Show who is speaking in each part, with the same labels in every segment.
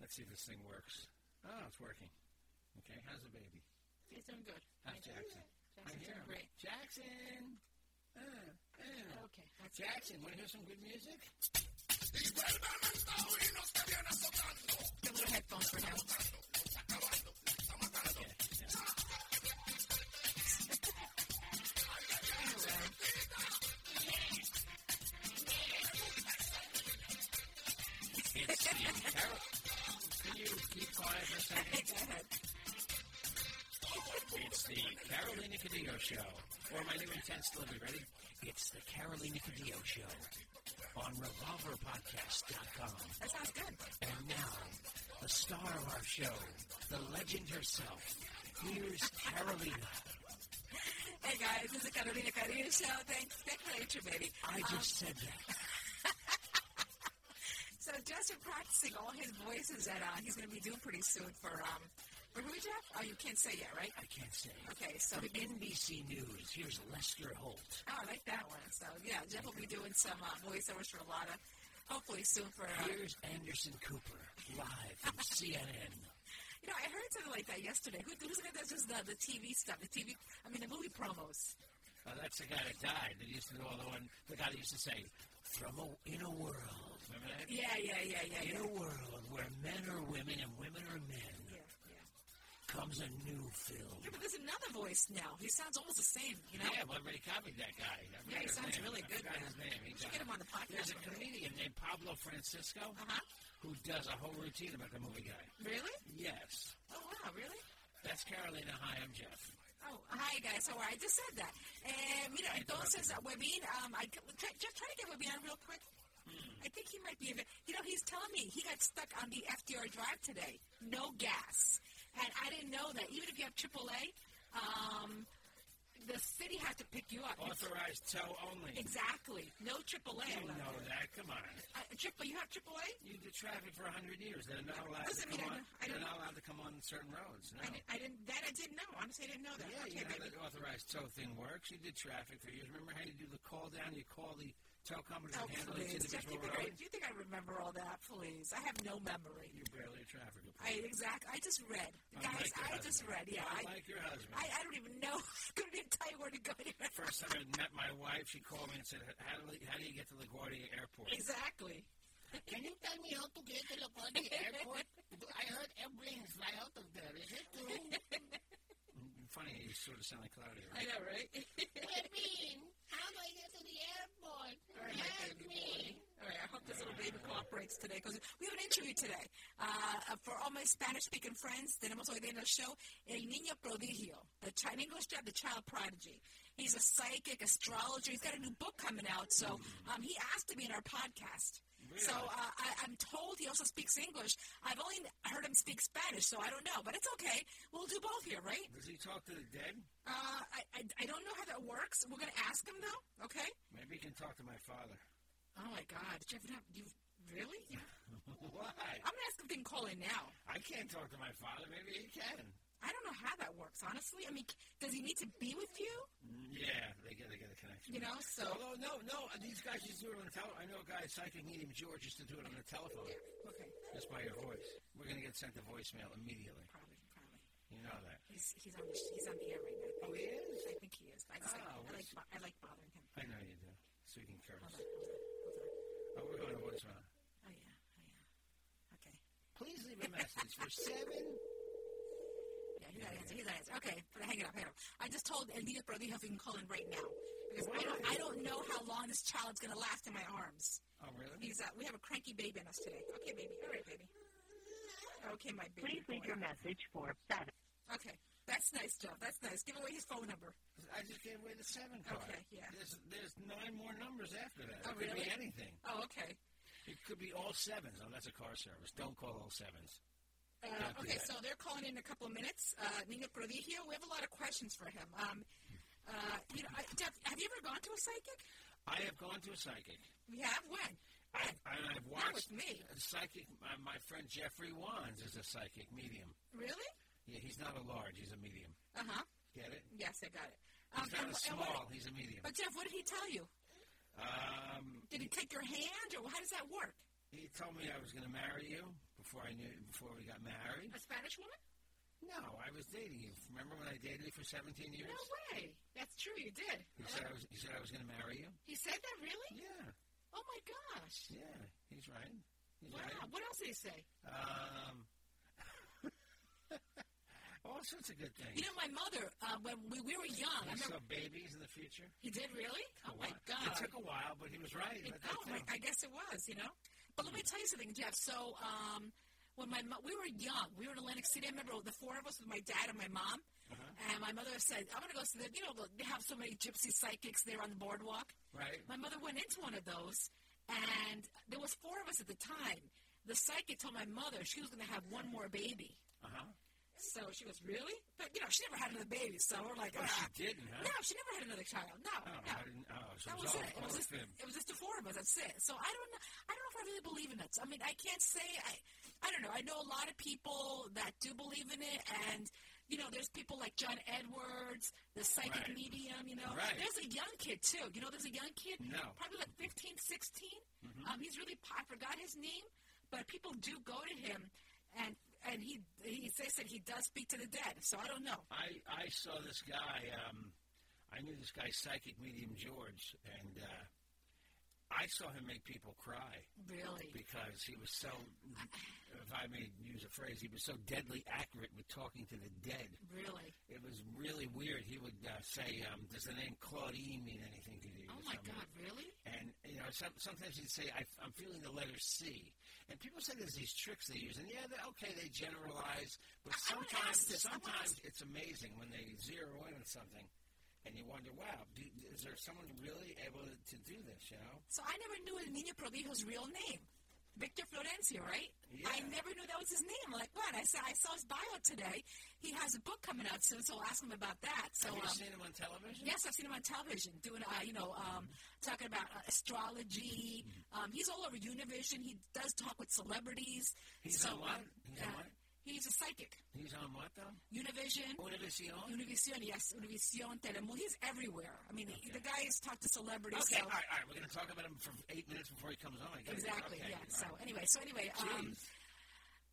Speaker 1: Let's see if this thing works. Oh, it's working. Okay, how's the baby?
Speaker 2: He's doing good.
Speaker 1: How's Jackson? I
Speaker 2: Jackson's doing
Speaker 1: hear him.
Speaker 2: great.
Speaker 1: Jackson! Uh, uh.
Speaker 2: Okay. That's
Speaker 1: Jackson, want to hear some good music?
Speaker 2: the little headphones for now.
Speaker 1: It's the Carolina Cadillo Show. Or my new intense delivery, ready? It's the Carolina Cadillo Show on RevolverPodcast.com. That sounds good. And now, the star of our show, the legend herself, here's Carolina.
Speaker 2: Hey guys, this is Carolina Carrillo Show. Thanks. Thanks for your baby.
Speaker 1: I just said that.
Speaker 2: So Jeff's been practicing all his voices that uh, he's going to be doing pretty soon for um for who Jeff? Oh, you can't say yet, right?
Speaker 1: I can't say. it.
Speaker 2: Okay, so
Speaker 1: From NBC News, here's Lester Holt.
Speaker 2: oh, I like that one. So yeah, Jeff will be doing some uh, voiceovers for Lotta, hopefully soon for. Uh,
Speaker 1: Here's Anderson Cooper, live from CNN.
Speaker 2: you know, I heard something like that yesterday. Who, who's going to just uh, the, the TV stuff? The TV, I mean, the movie promos.
Speaker 1: Uh, that's the guy that died. That used to do all the one. The guy that used to say, "From a, in a world, remember that?
Speaker 2: Yeah, yeah, yeah, yeah,
Speaker 1: In
Speaker 2: yeah.
Speaker 1: a world where men are women and women are men,
Speaker 2: yeah, yeah.
Speaker 1: comes a new film."
Speaker 2: Yeah, but there's another voice now. He sounds almost the same, you know?
Speaker 1: Yeah, well, everybody copied that guy. I forget
Speaker 2: Yeah, he
Speaker 1: his
Speaker 2: sounds
Speaker 1: name.
Speaker 2: really
Speaker 1: I
Speaker 2: good,
Speaker 1: forgot
Speaker 2: man.
Speaker 1: His name. He
Speaker 2: We should
Speaker 1: died.
Speaker 2: get him on the podcast
Speaker 1: There's
Speaker 2: one
Speaker 1: a
Speaker 2: day.
Speaker 1: comedian named Pablo Francisco
Speaker 2: Uh-huh.
Speaker 1: who does a whole routine about the movie guy.
Speaker 2: Really?
Speaker 1: Yes,
Speaker 2: Oh, wow, really?
Speaker 1: that's Carolina. Hi, I'm Jeff.
Speaker 2: Oh, hi, guys. How are you? I just said that. Eh, mira, entonces, uh, Webin, um, I, try, just try to get Webin on real quick. I think he might be, a bit- you know, he's telling me he got stuck on the FDR drive today. No gas. And I didn't know that. Even if you have AAA, um, the city has to pick you up.
Speaker 1: Authorized tow only.
Speaker 2: Exactly. No AAA.
Speaker 1: You
Speaker 2: allowed.
Speaker 1: know that. Come on.
Speaker 2: Uh, triple, you have AAA?
Speaker 1: You did traffic for 100 years. They're not allowed
Speaker 2: Doesn't
Speaker 1: to
Speaker 2: mean I
Speaker 1: come on.
Speaker 2: know- I
Speaker 1: they're
Speaker 2: don't-
Speaker 1: not allowed to come on certain roads. No.
Speaker 2: I, didn't, I didn't. That I didn't know. Honestly, I didn't know that.
Speaker 1: yeah,
Speaker 2: okay,
Speaker 1: you know
Speaker 2: maybe-
Speaker 1: the authorized tow thing works. You did traffic for years. Remember how you do the call down? You call the tow company
Speaker 2: Oh,
Speaker 1: and handle each
Speaker 2: please. Jeff, you
Speaker 1: individual
Speaker 2: think, I,
Speaker 1: road.
Speaker 2: you think I remember all that? Please. I have no memory.
Speaker 1: You're barely a traffic
Speaker 2: I
Speaker 1: reporter.
Speaker 2: exact. I just read,
Speaker 1: Unlike
Speaker 2: guys.
Speaker 1: your
Speaker 2: I
Speaker 1: husband.
Speaker 2: just read. Yeah, I,
Speaker 1: Unlike your husband.
Speaker 2: I, I don't even know. Couldn't even tell you where to go. Anywhere.
Speaker 1: First time I met my wife, she called me and said, "How do, we- how do you get to LaGuardia Airport?"
Speaker 2: Exactly.
Speaker 1: Can you tell me how to get to LaGuardia Airport? I heard airplanes fly out of there. Is it true? Funny, you sort of sound like Claudia.
Speaker 2: I
Speaker 1: Right?
Speaker 2: know, right?
Speaker 1: how do I get to the airport?
Speaker 2: all right. I hope this little baby cooperates today because we have an interview today. Uh, uh, for all my Spanish-speaking friends, tenemos hoy en el show El Niño Prodigio, the chi- in English term, the child prodigy. He's a psychic astrologer. He's got a new book coming out, so
Speaker 1: Mm-hmm.
Speaker 2: um, he asked to be in our podcast. So uh, I, I'm told he also speaks English. I've only heard him speak Spanish, so I don't know, but it's okay. We'll do both here, right?
Speaker 1: Does he talk to the dead?
Speaker 2: Uh, I, I, I don't know how that works. We're going to ask him, though, okay?
Speaker 1: Maybe he can talk to my father.
Speaker 2: Oh, my God. Jeff, you, don't- you really? You-
Speaker 1: Why?
Speaker 2: I'm going to ask him if he can call in now.
Speaker 1: I can't talk to my father. Maybe he can.
Speaker 2: I don't know how that works, honestly. I mean, c- does he need to be with you?
Speaker 1: Yeah, they get they get a connection.
Speaker 2: You know, so.
Speaker 1: Although Oh, no, no, uh, these guys used to do it on the telephone. I know a guy, psychic medium George, used to do it on the telephone
Speaker 2: Okay,
Speaker 1: just by your voice. We're gonna get sent a voicemail immediately.
Speaker 2: probably, probably.
Speaker 1: You know that.
Speaker 2: He's, he's, on, the, sh- he's on the air right now.
Speaker 1: Oh, he is.
Speaker 2: I think he is. I, just, like, I,
Speaker 1: Oh, what's-
Speaker 2: like, bo- I like bothering him.
Speaker 1: I know you do. So you can curse.
Speaker 2: Hold on, hold on, hold on.
Speaker 1: Oh, we're going to voicemail.
Speaker 2: Oh, yeah. Oh, yeah.
Speaker 1: is for seven.
Speaker 2: Yeah, he's that answer. He's that answer. Okay, but hang it up. Hang it up. I just told El Niño Prodigio if you can call in right now because I don't, I don't know how long this child's gonna last in my arms.
Speaker 1: Oh, really?
Speaker 2: He's uh, we have a cranky baby in us today. Okay, baby. All right, baby. Okay, my baby.
Speaker 3: Please leave
Speaker 2: boy.
Speaker 3: your message for seven.
Speaker 2: Okay, that's nice, Joe. That's nice. Give away his phone number.
Speaker 1: I just gave away the seven card.
Speaker 2: Okay, yeah.
Speaker 1: There's, there's nine more numbers after that.
Speaker 2: Oh,
Speaker 1: it could
Speaker 2: really?
Speaker 1: be anything.
Speaker 2: Oh, okay.
Speaker 1: It could be all sevens. Oh, that's a car service. Don't call all sevens.
Speaker 2: Uh, okay, so they're calling in a couple of minutes. Uh, Nino Prodigio, we have a lot of questions for him. Um, uh, you know, I, Jeff, have you ever gone to a psychic?
Speaker 1: I have gone to a psychic.
Speaker 2: We have. When?
Speaker 1: I, I, I've
Speaker 2: Not
Speaker 1: watched
Speaker 2: with me.
Speaker 1: a psychic. My, my friend Jeffrey Wands is a psychic medium.
Speaker 2: Really?
Speaker 1: Yeah, he's not a large. He's a medium.
Speaker 2: Uh huh.
Speaker 1: Get it?
Speaker 2: Yes, I got it. Um,
Speaker 1: He's
Speaker 2: and wh-
Speaker 1: not a
Speaker 2: and what-
Speaker 1: small. He's a medium.
Speaker 2: but Jeff, what did he tell you?
Speaker 1: Um,
Speaker 2: Did he take your hand, or how does that work?
Speaker 1: he told me I was going to marry you before I knew before we got married.
Speaker 2: A Spanish woman?
Speaker 1: No, I was dating you. Remember when I dated you for 17 years?
Speaker 2: No way. That's true. You did.
Speaker 1: He said I was. He said I was going to marry you.
Speaker 2: He said that really?
Speaker 1: Yeah,
Speaker 2: Oh my gosh!
Speaker 1: yeah. He's right. He's
Speaker 2: Wow.
Speaker 1: right.
Speaker 2: What else did he say?
Speaker 1: Um, all sorts of good things.
Speaker 2: You know, my mother, uh, when we, we were young, I
Speaker 1: I saw
Speaker 2: remember.
Speaker 1: babies in the future.
Speaker 2: He did really? Oh my
Speaker 1: um, What?
Speaker 2: God!
Speaker 1: It took a while, but he was right.
Speaker 2: It-
Speaker 1: about that
Speaker 2: oh, my,
Speaker 1: thing.
Speaker 2: I guess it was, you know. But let me tell you something, Jeff. So, um, when my mo- we were young, we were in Atlantic City. I remember the four of us with my dad and my mom, and my mother said, "I'm going to go see the. You know, they have so many gypsy psychics there on the boardwalk."
Speaker 1: Right.
Speaker 2: My mother went into one of those, and there was four of us at the time. The psychic told my mother she was going to have one more baby.
Speaker 1: Uh-huh.
Speaker 2: So she goes, really? But you know, she never had another baby. So we're like,
Speaker 1: Oh,
Speaker 2: ah.
Speaker 1: she didn't, huh?
Speaker 2: No, she never had another child. No,
Speaker 1: Oh,
Speaker 2: no.
Speaker 1: I didn't. Oh, so
Speaker 2: That
Speaker 1: it
Speaker 2: was
Speaker 1: all,
Speaker 2: it. It
Speaker 1: all
Speaker 2: was just
Speaker 1: fib.
Speaker 2: it was just the four of us. That's it. So I don't know. I don't know if I really believe in it. I mean, I can't say I. I don't know. I know a lot of people that do believe in it, and you know, there's people like John Edwards, the psychic
Speaker 1: Right.
Speaker 2: medium. You know,
Speaker 1: Right.
Speaker 2: there's a young kid too. You know, there's a young kid,
Speaker 1: No. Mm-hmm.
Speaker 2: probably like 15, 16. Um, he's really. po- I forgot his name, but people do go to him, and and he he says that he does speak to the dead. So I don't know.
Speaker 1: I, I saw this guy. Um, I knew this guy, psychic medium George, and uh, I saw him make people cry
Speaker 2: Really.
Speaker 1: because he was so, if I may use a phrase, he was so deadly accurate with talking to the dead.
Speaker 2: Really?
Speaker 1: It was really weird. He would uh, say, um, "Does the name Claudine mean anything to you?"
Speaker 2: Oh
Speaker 1: or
Speaker 2: my
Speaker 1: something.
Speaker 2: God! Really?
Speaker 1: And you know, some, sometimes you'd say, I, "I'm feeling the letter C," and people say there's these tricks they use, and yeah, they okay, they generalize, but
Speaker 2: I- I wanna
Speaker 1: sometimes,
Speaker 2: ask this, I wanna
Speaker 1: sometimes
Speaker 2: ask-
Speaker 1: it's amazing when they zero in on something, and you wonder, "Wow, do, is there someone really able to do this?" You know?
Speaker 2: So I never knew El Niño Prodigio's real name. Victor Florencio, right? I
Speaker 1: Yeah.
Speaker 2: never knew that was his name. Like what? I saw I saw his bio today. He has a book coming out soon, so I'll ask him about that. So
Speaker 1: Have you
Speaker 2: um,
Speaker 1: seen him on television?
Speaker 2: yes, I've seen him on television doing, uh, you know, um, talking about uh, astrology.
Speaker 1: Mm-hmm.
Speaker 2: Um, he's all over Univision. He does talk with celebrities.
Speaker 1: He's
Speaker 2: so,
Speaker 1: on what?
Speaker 2: um,
Speaker 1: He's on
Speaker 2: uh,
Speaker 1: what?
Speaker 2: He's a psychic.
Speaker 1: He's on what though?
Speaker 2: Univision.
Speaker 1: Univision.
Speaker 2: Univision, yes, Univision, Telemundo. He's everywhere. I mean, the guy has talked to celebrities.
Speaker 1: Okay,
Speaker 2: so.
Speaker 1: all right, all right. We're going to talk about him for eight minutes before he comes on. I guess.
Speaker 2: Exactly.
Speaker 1: Okay,
Speaker 2: yeah.
Speaker 1: all
Speaker 2: So
Speaker 1: right.
Speaker 2: anyway, so anyway, um,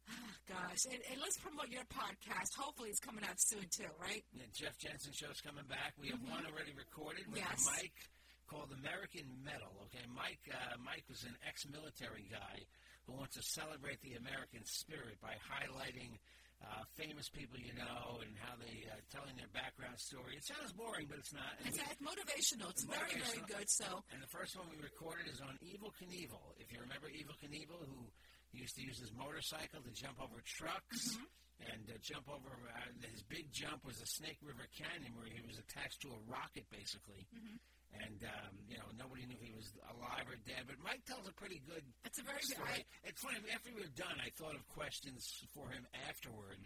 Speaker 2: ah, gosh, and, and let's promote your podcast. Hopefully, it's coming out soon too, right?
Speaker 1: The Jeff Jensen show's coming back. We have one already recorded with
Speaker 2: Yes.
Speaker 1: Mike called American Metal. Okay, Mike. Uh, Mike was an ex-military guy who wants to celebrate the American spirit by highlighting uh, famous people you know and how they uh, telling their background story. It sounds boring, but it's not. And,
Speaker 2: It's, it's motivational. It's very, very
Speaker 1: Motivational.
Speaker 2: good. So
Speaker 1: and the first one we recorded is on Evil Knievel. If you remember Evil Knievel, who used to use his motorcycle to jump over trucks. And uh, jump over. Uh, his big jump was the Snake River Canyon, where he was attached to a rocket, basically. And um, you know nobody knew he was alive or dead. But Mike tells a pretty good
Speaker 2: That's a very good-
Speaker 1: story. It's funny. After we were done, I thought of questions for him afterward.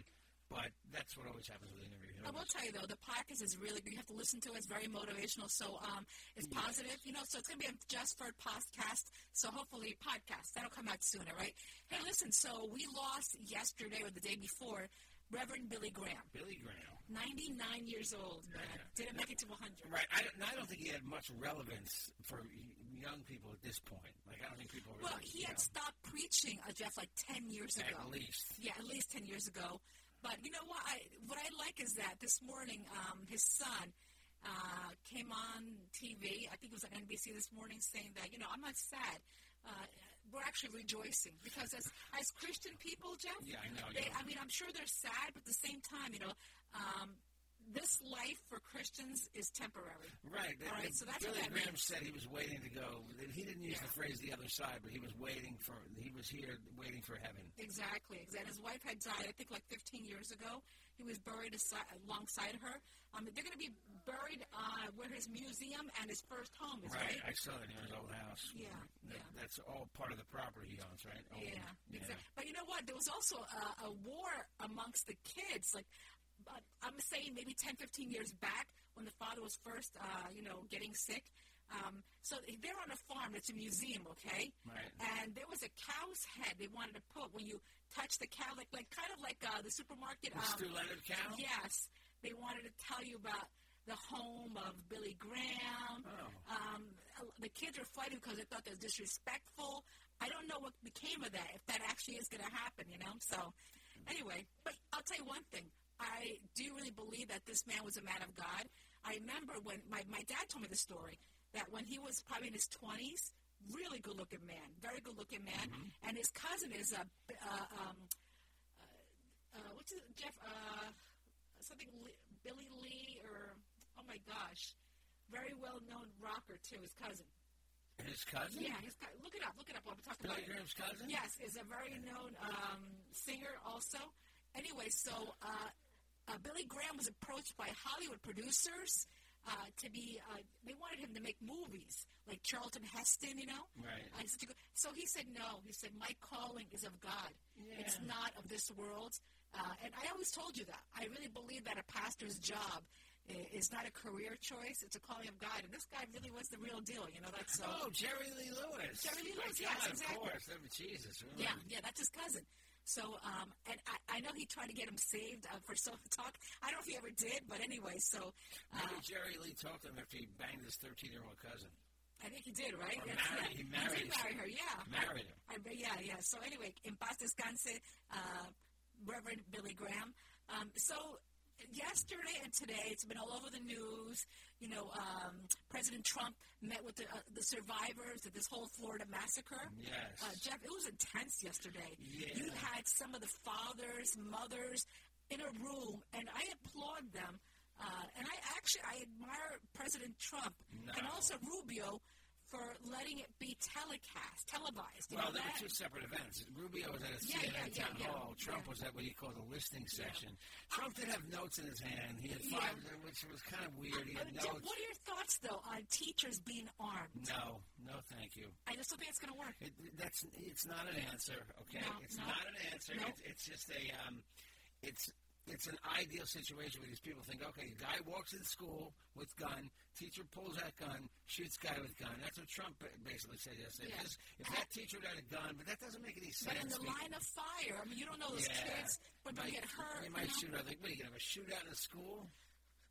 Speaker 1: But that's what always happens with an interview.
Speaker 2: I will tell you though, the podcast is really good. You have to listen to it. It's very motivational. So um, it's positive, you know. So it's gonna be a just for podcast. So hopefully, podcast that'll come out soon. All right. Hey, listen. So we lost yesterday or the day before. Reverend Billy Graham,
Speaker 1: Billy Graham.
Speaker 2: 99 years old, man. Didn't make it to 100.
Speaker 1: Right. I don't, and I don't think he had much relevance for y- young people at this point. Like, I don't think people.
Speaker 2: Well,
Speaker 1: really,
Speaker 2: he
Speaker 1: you
Speaker 2: had
Speaker 1: know,
Speaker 2: stopped preaching, uh, Jeff, like 10 years ago.
Speaker 1: at least.
Speaker 2: Yeah, at least 10 years ago. But you know what? I, what I like is that this morning, um, his son uh, came on TV. I think it was on NBC this morning saying that, you know, I'm not sad. Uh, we're actually rejoicing because as as Christian people, Jeff,
Speaker 1: Yeah, I know,
Speaker 2: They,
Speaker 1: yeah.
Speaker 2: I mean, I'm sure they're sad, but at the same time, you know. Um, this life for Christians is temporary.
Speaker 1: Right.
Speaker 2: All right.
Speaker 1: and
Speaker 2: So that's
Speaker 1: Billy
Speaker 2: what that
Speaker 1: Graham
Speaker 2: means.
Speaker 1: said he was waiting to go. He didn't use the phrase the other side, but he was waiting for. He was here waiting for heaven.
Speaker 2: Exactly, exactly. His wife had died, I think, like 15 years ago. He was buried asi- alongside her. Um, they're going to be buried uh, where his museum and his first home is, right?
Speaker 1: I saw that in his old house.
Speaker 2: Yeah,
Speaker 1: That,
Speaker 2: yeah.
Speaker 1: That's all part of the property he owns, right? Oh,
Speaker 2: Yeah, exactly. But you know what? There was also a, a war amongst the kids. Like, but I'm saying maybe 10, 15 years back when the father was first, uh, you know, getting sick. Um, so they're on a farm. It's a museum, okay?
Speaker 1: Right.
Speaker 2: And there was a cow's head they wanted to put when you touch the cow, like, like kind of like uh, the supermarket. Um,
Speaker 1: Stu Leonard cow?
Speaker 2: Yes. They wanted to tell you about the home of Billy Graham. Um, the kids were fighting because they thought they was disrespectful. I don't know what became of that, if that actually is going to happen, you know? So, anyway, but I'll tell you one thing. I do really believe that this man was a man of God. I remember when my, my dad told me the story that when he was probably in his 20s, really good looking man, very good looking man, and his cousin is a. Uh, um, uh, what's his, Jeff? Uh, something Lee, Billy Lee or oh my gosh, very well known rocker too. His cousin.
Speaker 1: His cousin?
Speaker 2: Yeah, his cousin. Look it up. Look it up. While we talk about
Speaker 1: Billy
Speaker 2: it.
Speaker 1: Graham's cousin?
Speaker 2: Yes, is a very known um, singer also. Anyway, so uh, uh, Billy Graham was approached by Hollywood producers uh, to be. Uh, they wanted him to make movies like Charlton Heston, you know.
Speaker 1: Right.
Speaker 2: Uh, he's such a good- so he said no. He said my calling is of God. It's not of this world. Uh, and I always told you that. I really believe that a pastor's job i- is not a career choice. It's a calling of God. And this guy really was the real deal. You know, that's so.
Speaker 1: Oh, Jerry Lee Lewis.
Speaker 2: Jerry Lee
Speaker 1: My
Speaker 2: Lewis,
Speaker 1: God,
Speaker 2: yes,
Speaker 1: of
Speaker 2: exactly.
Speaker 1: course. I mean, Jesus. really.
Speaker 2: Yeah, yeah, that's his cousin. So, um, and I, I know he tried to get him saved uh, for self talk. I don't know if he ever did, but anyway, so uh,
Speaker 1: Maybe Jerry Lee talked to him after he banged his 13 year old cousin.
Speaker 2: I think he did, right?
Speaker 1: Or
Speaker 2: Yes,
Speaker 1: married-
Speaker 2: yeah.
Speaker 1: he married
Speaker 2: did marry her, yeah.
Speaker 1: Married him.
Speaker 2: I, but yeah, yeah. So anyway, in paz descanse, uh, Reverend Billy Graham. Um, so yesterday and today, it's been all over the news. You know, um, President Trump met with the, uh, the survivors of this whole Florida massacre.
Speaker 1: Yes.
Speaker 2: Uh, Jeff, it was intense yesterday. You had some of the fathers, mothers in a room, and I applaud them. Uh, and I actually I admire President Trump and also Rubio for letting it be telecast, televised. You
Speaker 1: Well,
Speaker 2: know
Speaker 1: there
Speaker 2: that?
Speaker 1: were two separate events. Rubio was at a
Speaker 2: Yeah,
Speaker 1: CNN
Speaker 2: yeah, yeah,
Speaker 1: town
Speaker 2: yeah.
Speaker 1: hall. Trump was at what he called a listening section. Trump did have notes in his hand. He had five, which was kind of weird. He
Speaker 2: Uh,
Speaker 1: had
Speaker 2: Jeff,
Speaker 1: notes.
Speaker 2: what are your thoughts though on teachers being armed?
Speaker 1: No, no, thank you.
Speaker 2: I just don't think it's going to work.
Speaker 1: It, that's it's not an answer. Okay,
Speaker 2: No,
Speaker 1: it's
Speaker 2: no.
Speaker 1: not an answer.
Speaker 2: No.
Speaker 1: It's, it's just a um, it's it's an ideal situation where these people think, okay, guy walks in school with gun, teacher pulls that gun, shoots guy with gun. That's what Trump ba- basically said yesterday.
Speaker 2: Yeah.
Speaker 1: If, this- if that teacher had a gun, but that doesn't make any sense.
Speaker 2: But in the
Speaker 1: because-
Speaker 2: line of fire, I mean, you don't know those
Speaker 1: Yeah.
Speaker 2: kids when they
Speaker 1: might,
Speaker 2: get hurt.
Speaker 1: You
Speaker 2: You
Speaker 1: might
Speaker 2: know?
Speaker 1: shoot. I think. What are you gonna have a shootout in a school?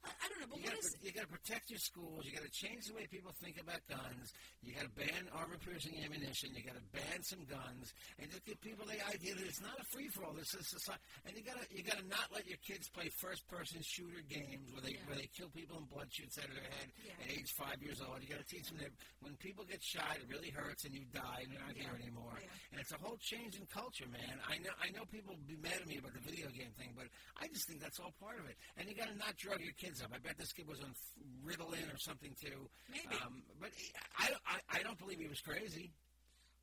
Speaker 2: I, I don't know, but
Speaker 1: You
Speaker 2: what
Speaker 1: gotta,
Speaker 2: is
Speaker 1: pro- you gotta protect your schools. You gotta change the way people think about guns. You gotta ban armor piercing ammunition. You gotta ban some guns, and just give people the idea that it's not a free for all. This is society, and you gotta you gotta not let your kids play first person shooter games where they where they kill people and blood shoots out of their head at age five years old. You gotta teach them that when people get shot, it really hurts, and you die, and you're not here anymore. And it's a whole change in culture, man. I know I know people will be mad at me about the video game thing, but I just think that's all part of it. And you got to not drug your kids up. I bet this kid was on f- Ritalin or something too.
Speaker 2: Maybe.
Speaker 1: Um, but he- I, I, I don't believe he was crazy.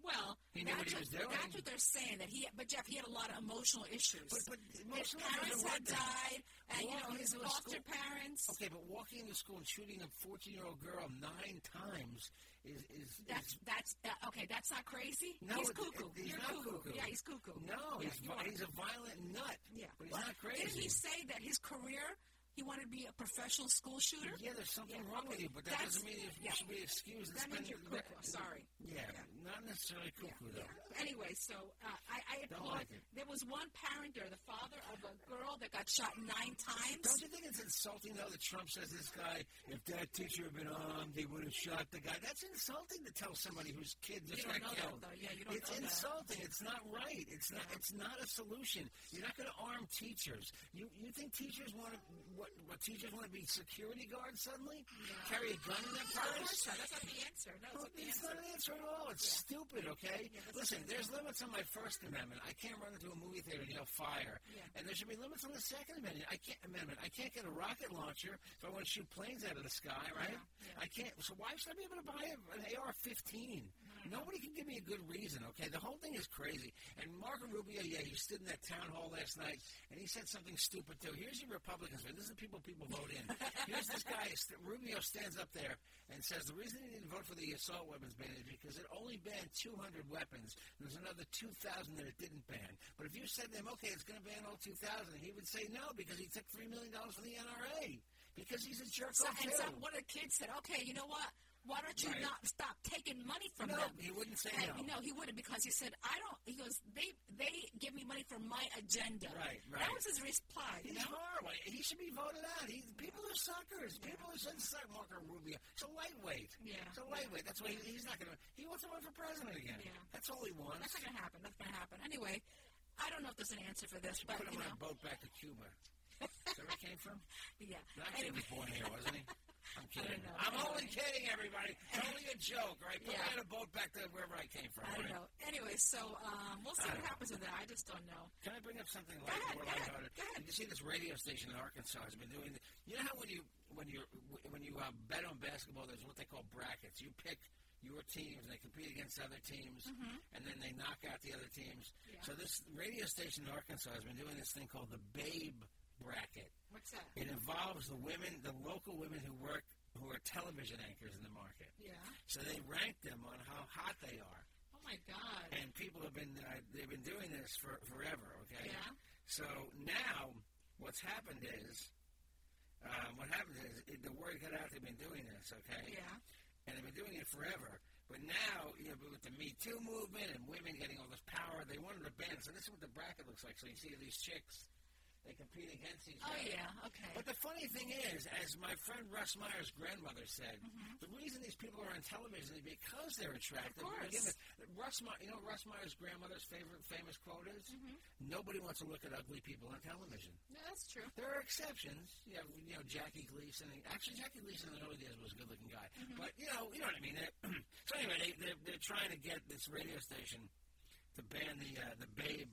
Speaker 2: Well,
Speaker 1: He knew
Speaker 2: that's,
Speaker 1: what he
Speaker 2: what,
Speaker 1: was doing.
Speaker 2: that's what they're saying. That he, but Jeff, he had a lot of emotional issues.
Speaker 1: But- but
Speaker 2: his
Speaker 1: emotional
Speaker 2: parents had
Speaker 1: issues are one thing.
Speaker 2: died, and you know
Speaker 1: Walking
Speaker 2: his
Speaker 1: into a
Speaker 2: foster
Speaker 1: school-
Speaker 2: parents.
Speaker 1: Okay, but walking into school and shooting a 14 year old girl nine times is is,
Speaker 2: That's
Speaker 1: is
Speaker 2: that's uh, okay. That's not crazy.
Speaker 1: no,
Speaker 2: he's
Speaker 1: it-
Speaker 2: cuckoo.
Speaker 1: it- he's
Speaker 2: You're
Speaker 1: not
Speaker 2: cuckoo.
Speaker 1: cuckoo.
Speaker 2: Yeah, he's cuckoo.
Speaker 1: no,
Speaker 2: yeah,
Speaker 1: he's,
Speaker 2: you
Speaker 1: vi-
Speaker 2: are.
Speaker 1: he's a violent nut.
Speaker 2: yeah.
Speaker 1: but he's not crazy.
Speaker 2: Didn't he say that his career? He wanted to be a professional school shooter.
Speaker 1: Yeah, there's something wrong with you, but that
Speaker 2: That's-
Speaker 1: doesn't mean you
Speaker 2: yeah.
Speaker 1: should be excused. and
Speaker 2: That means
Speaker 1: spend-
Speaker 2: you're cuckoo. Sorry.
Speaker 1: Yeah, not necessarily cuckoo though.
Speaker 2: Anyway, so uh, I, I applaud.
Speaker 1: like it.
Speaker 2: there was one parent or the father of a girl that got shot nine times.
Speaker 1: Don't you think it's insulting though that Trump says this guy, if that teacher had been armed, they would have shot the guy? That's insulting to tell somebody whose kid just
Speaker 2: don't
Speaker 1: got
Speaker 2: know that,
Speaker 1: killed.
Speaker 2: though. Yeah, you don't
Speaker 1: it's
Speaker 2: know that.
Speaker 1: insulting. It's not right. It's not. It's not a solution. You're not going to arm teachers. You you think teachers want to What, what teachers want to be security guards suddenly? Carry a gun in their purse?
Speaker 2: So that's not the answer. No, it's not the
Speaker 1: It's
Speaker 2: answer.
Speaker 1: not an answer at all. It's stupid, okay? Listen, there's limits on my First Amendment. I can't run into a movie theater and yell fire. And there should be limits on the Second Amendment. I can't Amendment. I can't get a rocket launcher if I want to shoot planes out of the sky, right? I can't. So why should I be able to buy a- an AR-15? Nobody can give me a good reason, okay? The whole thing is crazy. And Marco Rubio, yeah, he stood in that town hall last night and he said something stupid too. Here's your Republicans, man. This is the people people vote in. Here's this guy. st- Rubio stands up there and says the reason he didn't vote for the assault weapons ban is because it only banned 200 weapons. There's another 2,000 that it didn't ban. But if you said to him, okay, it's going to ban all 2,000, he would say no because he took $3 million from the NRA. Because he's a jerk
Speaker 2: So,
Speaker 1: off
Speaker 2: and
Speaker 1: too.
Speaker 2: so one of the kids said, okay, you know what? Why don't you
Speaker 1: Right.
Speaker 2: not stop taking money from
Speaker 1: No,
Speaker 2: them?
Speaker 1: he wouldn't say
Speaker 2: And, No,
Speaker 1: no.
Speaker 2: he wouldn't because he said, I don't. He goes, they they give me money for my agenda.
Speaker 1: Right,
Speaker 2: That
Speaker 1: right.
Speaker 2: was his reply. You
Speaker 1: He's
Speaker 2: know?
Speaker 1: horrible. He should be voted out. He, people are suckers. People are shouldn't suck Marco Rubio. He's a lightweight.
Speaker 2: Yeah.
Speaker 1: He's a lightweight. That's why he, he's not going to. He wants to run for president again.
Speaker 2: Yeah.
Speaker 1: That's all he wants.
Speaker 2: That's not going to happen. That's going to happen. Anyway, I don't know if there's an answer for this, but
Speaker 1: Put him
Speaker 2: you know,
Speaker 1: on a boat back to Cuba. Is that where he came from?
Speaker 2: yeah.
Speaker 1: Not
Speaker 2: Anyway,
Speaker 1: he was born here, wasn't he? I'm kidding.
Speaker 2: know.
Speaker 1: I'm only kidding, everybody. It's only a joke, right? Put me
Speaker 2: Yeah.
Speaker 1: on a boat back to wherever I came from.
Speaker 2: I don't
Speaker 1: right?
Speaker 2: know. Anyway, so um, we'll see what happens with that. I just don't know.
Speaker 1: Can I bring up something
Speaker 2: Go
Speaker 1: light,
Speaker 2: ahead,
Speaker 1: more
Speaker 2: go ahead,
Speaker 1: lighthearted?
Speaker 2: go ahead.
Speaker 1: Did you see this radio station in Arkansas has been doing? The, you know how when you when you when you uh, bet on basketball, there's what they call brackets. You pick your teams, and they compete against other teams,
Speaker 2: Mm-hmm.
Speaker 1: and then they knock out the other teams. So this radio station in Arkansas has been doing this thing called the Babe Bracket.
Speaker 2: What's that?
Speaker 1: It involves the women, the local women who work who are television anchors in the market.
Speaker 2: Yeah.
Speaker 1: So they rank them on how hot they are
Speaker 2: Oh my God.
Speaker 1: and people have been uh, they've been doing this for forever. Okay.
Speaker 2: Yeah.
Speaker 1: So now what's happened is um, what happened is it, the word got out they've been doing this. Okay.
Speaker 2: Yeah.
Speaker 1: And they've been doing it forever. But now, you know, with the Me Too movement and women getting all this power, they wanted to ban. it. So this is what the bracket looks like. So you see these chicks, they compete against each
Speaker 2: Oh
Speaker 1: other.
Speaker 2: yeah. Okay.
Speaker 1: But the funny thing is, as my friend Russ Meyer's grandmother said,
Speaker 2: Mm-hmm.
Speaker 1: the reason these people are on television is because they're
Speaker 2: Of
Speaker 1: attractive.
Speaker 2: course.
Speaker 1: Given- Russ, Me- you know Russ Meyer's grandmother's favorite famous quote is, "Nobody wants to look at ugly people on television."
Speaker 2: Mm-hmm. no, that's true.
Speaker 1: There are exceptions. You have, you know, Jackie Gleason. Actually, Jackie Gleason in the early days was a good-looking guy.
Speaker 2: Mm-hmm.
Speaker 1: But you know, you know what I mean. They're, so anyway, they, they're, they're trying to get this radio station to ban the uh, the babe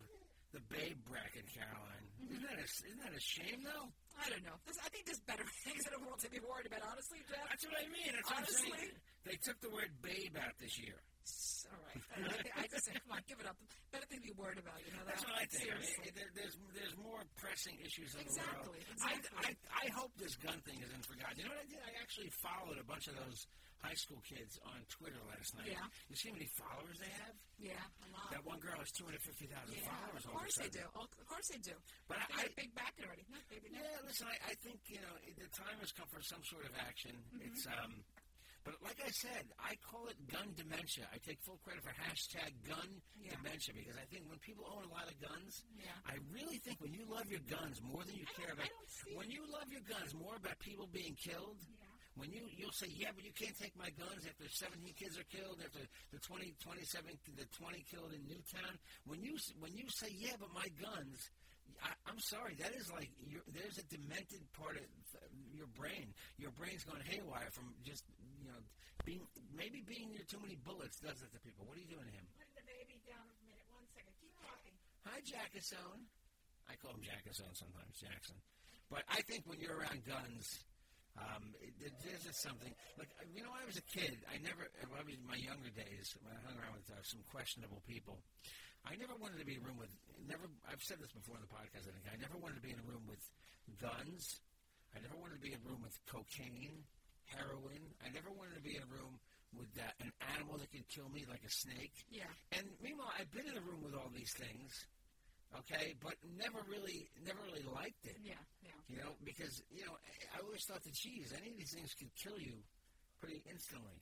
Speaker 1: the babe bracket, Caroline.
Speaker 2: Mm-hmm.
Speaker 1: Isn't that a, isn't that a shame though?
Speaker 2: I don't know. There's, I think there's better things in the world to be worried about. Honestly, Jeff.
Speaker 1: That's what I mean. That's what I'm
Speaker 2: Honestly.
Speaker 1: saying. They took the word babe out this year.
Speaker 2: All right. I, I just said, come on, give it up. Better thing to be worried about. You know that.
Speaker 1: That's what I think. I mean,
Speaker 2: Seriously.
Speaker 1: there, there's, there's more pressing issues in the
Speaker 2: Exactly,
Speaker 1: world.
Speaker 2: exactly.
Speaker 1: I, I, I hope this gun thing isn't forgotten. You know what I did? I actually followed a bunch of those high school kids on Twitter last night.
Speaker 2: Yeah.
Speaker 1: You see how many followers they have?
Speaker 2: Yeah. A lot.
Speaker 1: That one girl has 250,000 followers.
Speaker 2: Of
Speaker 1: all of a
Speaker 2: course they
Speaker 1: sudden.
Speaker 2: do. Of of course they do. they
Speaker 1: But
Speaker 2: got
Speaker 1: I-
Speaker 2: a big back already. No, baby, no.
Speaker 1: Yeah, listen, I, I think you know it- the time has come for some sort of action.
Speaker 2: Mm-hmm.
Speaker 1: It's um, but like I said, I call it gun dementia. I take full credit for hashtag gun
Speaker 2: Yeah.
Speaker 1: dementia because I think when people own a lot of guns,
Speaker 2: Yeah.
Speaker 1: I really think when you love your guns more than you care
Speaker 2: don't- I
Speaker 1: about,
Speaker 2: don't see
Speaker 1: when you love your guns more about people being killed. When you you'll say yeah, but you can't take my guns after 17 kids are killed, after the 20 27 the 20 killed in Newtown. When you s- when you say yeah, but my guns, I, I'm sorry, that is like you're, there's a demented part of th- your brain. Your brain's gone haywire from just you know being maybe being near too many bullets does it to people. What are you doing to him?
Speaker 2: Put the baby down a minute. One second. Keep talking.
Speaker 1: Hi, Jackasone. I call him Jackasone sometimes, Jackson. But I think when you're around guns, um, it, it, there's just something. Like, I- you know, when I was a kid, I never, uh, when I was in my younger days, when I hung around with uh, some questionable people, I never wanted to be in a room with, never, I've said this before in the podcast, I think, I never wanted to be in a room with guns. I never wanted to be in a room with cocaine, heroin. I never wanted to be in a room with uh, an animal that could kill me, like a snake.
Speaker 2: Yeah.
Speaker 1: And meanwhile, I've been in a room with all these things, okay, but never really, never really liked it.
Speaker 2: Yeah. Yeah.
Speaker 1: You know, because you know, I I always thought that geez, any of these things could kill you pretty instantly,